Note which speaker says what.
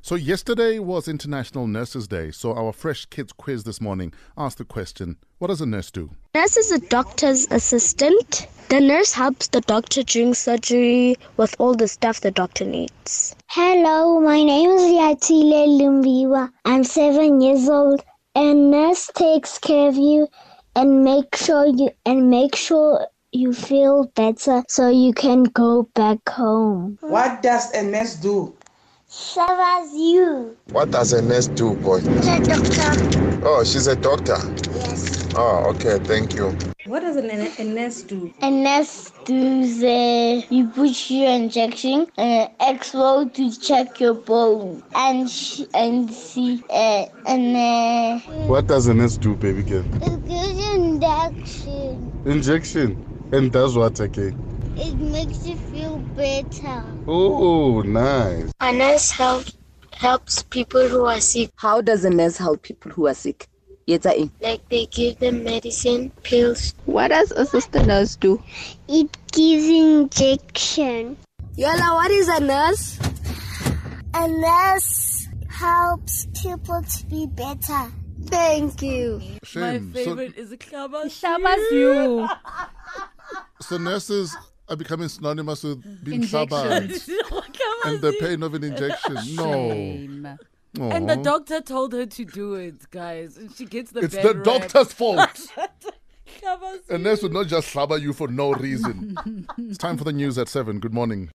Speaker 1: So, yesterday was International Nurses Day. So, our Fresh Kids quiz this morning asked the question What does a nurse do?
Speaker 2: Nurse is a doctor's assistant. The nurse helps the doctor during surgery with all the stuff the doctor needs.
Speaker 3: Hello, my name is Yatile Lumbiwa. I'm seven years old. A nurse takes care of you and make sure you and make sure you feel better so you can go back home.
Speaker 4: What does a nurse do?
Speaker 3: Serves you.
Speaker 5: What does a nurse do, boy?
Speaker 3: doctor.
Speaker 5: Oh, she's a doctor.
Speaker 3: Yes.
Speaker 5: Oh, okay, thank you.
Speaker 6: What does an, an nurse do?
Speaker 3: A nurse does uh, you put your injection and uh, X-ray to check your bone and sh- and see uh, and. Uh,
Speaker 7: What does a nurse do, baby girl?
Speaker 3: It gives you injection.
Speaker 7: Injection. And does what again?
Speaker 3: It makes you feel better.
Speaker 7: Oh, nice.
Speaker 2: A nurse helps helps people who are sick,
Speaker 8: How does a nurse help people who are sick? Yetsa eng.
Speaker 2: like they give them medicine, pills.
Speaker 9: What does assistant nurse do?
Speaker 3: It gives injection.
Speaker 8: Yola, what is a nurse?
Speaker 3: A nurse helps people to be better. Thank you.
Speaker 1: Shame.
Speaker 6: My
Speaker 1: So,
Speaker 6: favorite is a clubber.
Speaker 9: you.
Speaker 1: so, nurses are becoming synonymous with being clubbed and the pain of an injection. No. Aw.
Speaker 6: And the doctor told her to do it, guys. And she gets the
Speaker 1: It's
Speaker 6: bad
Speaker 1: the
Speaker 6: rap.
Speaker 1: doctor's fault.
Speaker 6: Clubbers
Speaker 1: A nurse would not just slobber you for no reason. it's time for the news at 7. Good morning.